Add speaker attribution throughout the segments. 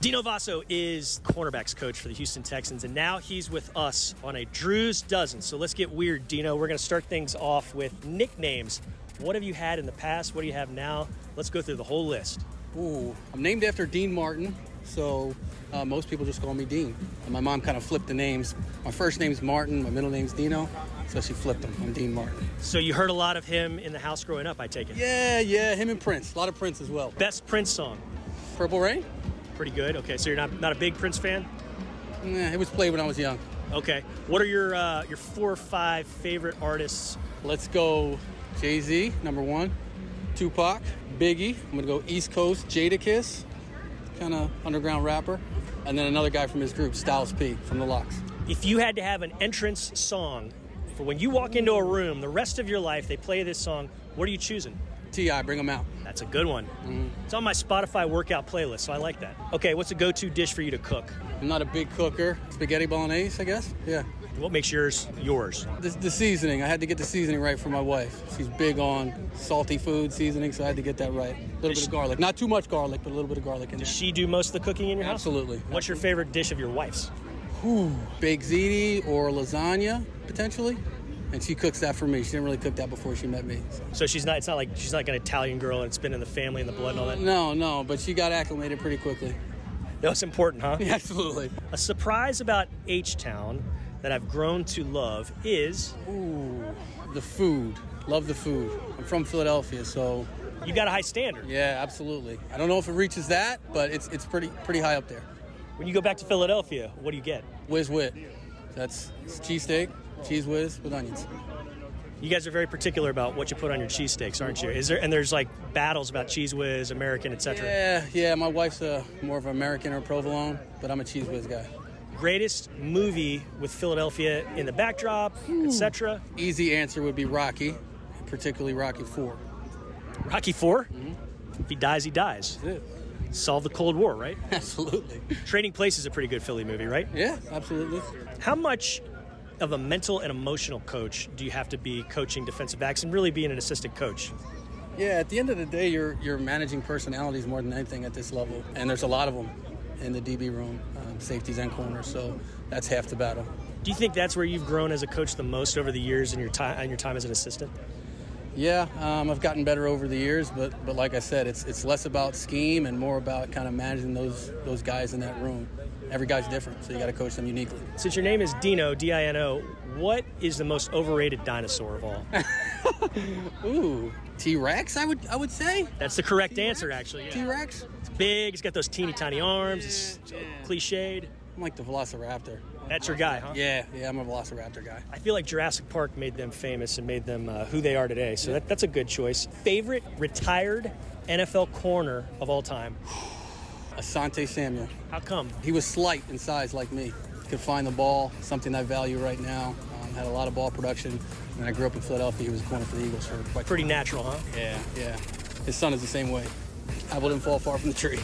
Speaker 1: Dino Vasso is cornerbacks coach for the Houston Texans, and now he's with us on a Drew's Dozen. So let's get weird, Dino. We're going to start things off with nicknames. What have you had in the past? What do you have now? Let's go through the whole list.
Speaker 2: Ooh, I'm named after Dean Martin, so uh, most people just call me Dean. And my mom kind of flipped the names. My first name's Martin, my middle name's Dino, so she flipped them. I'm Dean Martin.
Speaker 1: So you heard a lot of him in the house growing up, I take it.
Speaker 2: Yeah, yeah, him and Prince. A lot of Prince as well.
Speaker 1: Best Prince song.
Speaker 2: Purple Rain?
Speaker 1: Pretty good. Okay, so you're not not a big Prince fan.
Speaker 2: Nah, it was played when I was young.
Speaker 1: Okay, what are your uh, your four or five favorite artists?
Speaker 2: Let's go Jay Z, number one, Tupac, Biggie. I'm gonna go East Coast, Jadakiss, kind of underground rapper, and then another guy from his group, Styles P from the Locks.
Speaker 1: If you had to have an entrance song for when you walk into a room, the rest of your life they play this song. What are you choosing?
Speaker 2: Ti, bring him out.
Speaker 1: That's a good one.
Speaker 2: Mm.
Speaker 1: It's on my Spotify workout playlist, so I like that. Okay, what's a go-to dish for you to cook?
Speaker 2: I'm not a big cooker. Spaghetti bolognese, I guess. Yeah.
Speaker 1: What makes yours yours?
Speaker 2: The, the seasoning. I had to get the seasoning right for my wife. She's big on salty food seasoning, so I had to get that right. A little bit of garlic. Not too much garlic, but a little bit of garlic in there.
Speaker 1: Does she do most of the cooking in your house?
Speaker 2: Absolutely.
Speaker 1: What's your favorite dish of your wife's?
Speaker 2: Ooh, baked ziti or lasagna, potentially. And she cooks that for me. She didn't really cook that before she met me. so.
Speaker 1: So she's not. It's not like she's like an Italian girl, and it's been in the family and the blood and all that.
Speaker 2: No, no, but she got acclimated pretty quickly.
Speaker 1: That's important, huh?
Speaker 2: Absolutely.
Speaker 1: A surprise about H Town that I've grown to love is
Speaker 2: Ooh, the food. Love the food. I'm from Philadelphia, so
Speaker 1: you got a high standard.
Speaker 2: yeah, absolutely. I don't know if it reaches that, but it's it's pretty pretty high up there.
Speaker 1: When you go back to Philadelphia, what do you get?
Speaker 2: Whiz wit. That's it's cheesesteak, cheese whiz with onions.
Speaker 1: You guys are very particular about what you put on your cheesesteaks, aren't you? Is there and there's like battles about cheese whiz, American, etc.
Speaker 2: Yeah, yeah. My wife's a more of an American or provolone, but I'm a cheese whiz guy.
Speaker 1: Greatest movie with Philadelphia in the backdrop, etc.
Speaker 2: Easy answer would be Rocky, particularly Rocky Four.
Speaker 1: Rocky 4 If he dies, he dies. Solve the Cold War, right?
Speaker 2: Absolutely.
Speaker 1: Trading Place is a pretty good Philly movie, right?
Speaker 2: Yeah, absolutely.
Speaker 1: How much of a mental and emotional coach do you have to be coaching defensive backs and really being an assistant coach?
Speaker 2: Yeah, at the end of the day, you're you're managing personalities more than anything at this level, and there's a lot of them in the DB room, um, safeties and corners. So that's half the battle.
Speaker 1: Do you think that's where you've grown as a coach the most over the years and your time and your time as an assistant?
Speaker 2: Yeah, um, I've gotten better over the years, but but like I said, it's it's less about scheme and more about kind of managing those those guys in that room. Every guy's different, so you got to coach them uniquely.
Speaker 1: Since your name is Dino, D I N O, what is the most overrated dinosaur of all?
Speaker 2: Ooh, T Rex, I would I would say
Speaker 1: That's the correct answer, actually. yeah.
Speaker 2: T Rex.
Speaker 1: It's big, it's got those teeny tiny arms, it's so cliched.
Speaker 2: I'm like the Velociraptor.
Speaker 1: That's your guy, huh?
Speaker 2: Yeah, yeah, I'm a Velociraptor guy.
Speaker 1: I feel like Jurassic Park made them famous and made them uh, who they are today. So that, that's a good choice. Favorite retired NFL corner of all time?
Speaker 2: Asante Samuel.
Speaker 1: How come?
Speaker 2: He was slight in size like me. Could find the ball, something I value right now. Um, had a lot of ball production. And I grew up in Philadelphia. He was a corner for the Eagles for quite
Speaker 1: Pretty natural, huh?
Speaker 2: Yeah, yeah. His son is the same way. Apple didn't fall far from the tree.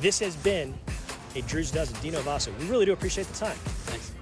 Speaker 1: This has been a Drew's Dozen. Dino Vasso. We really do appreciate the time.
Speaker 2: Thanks.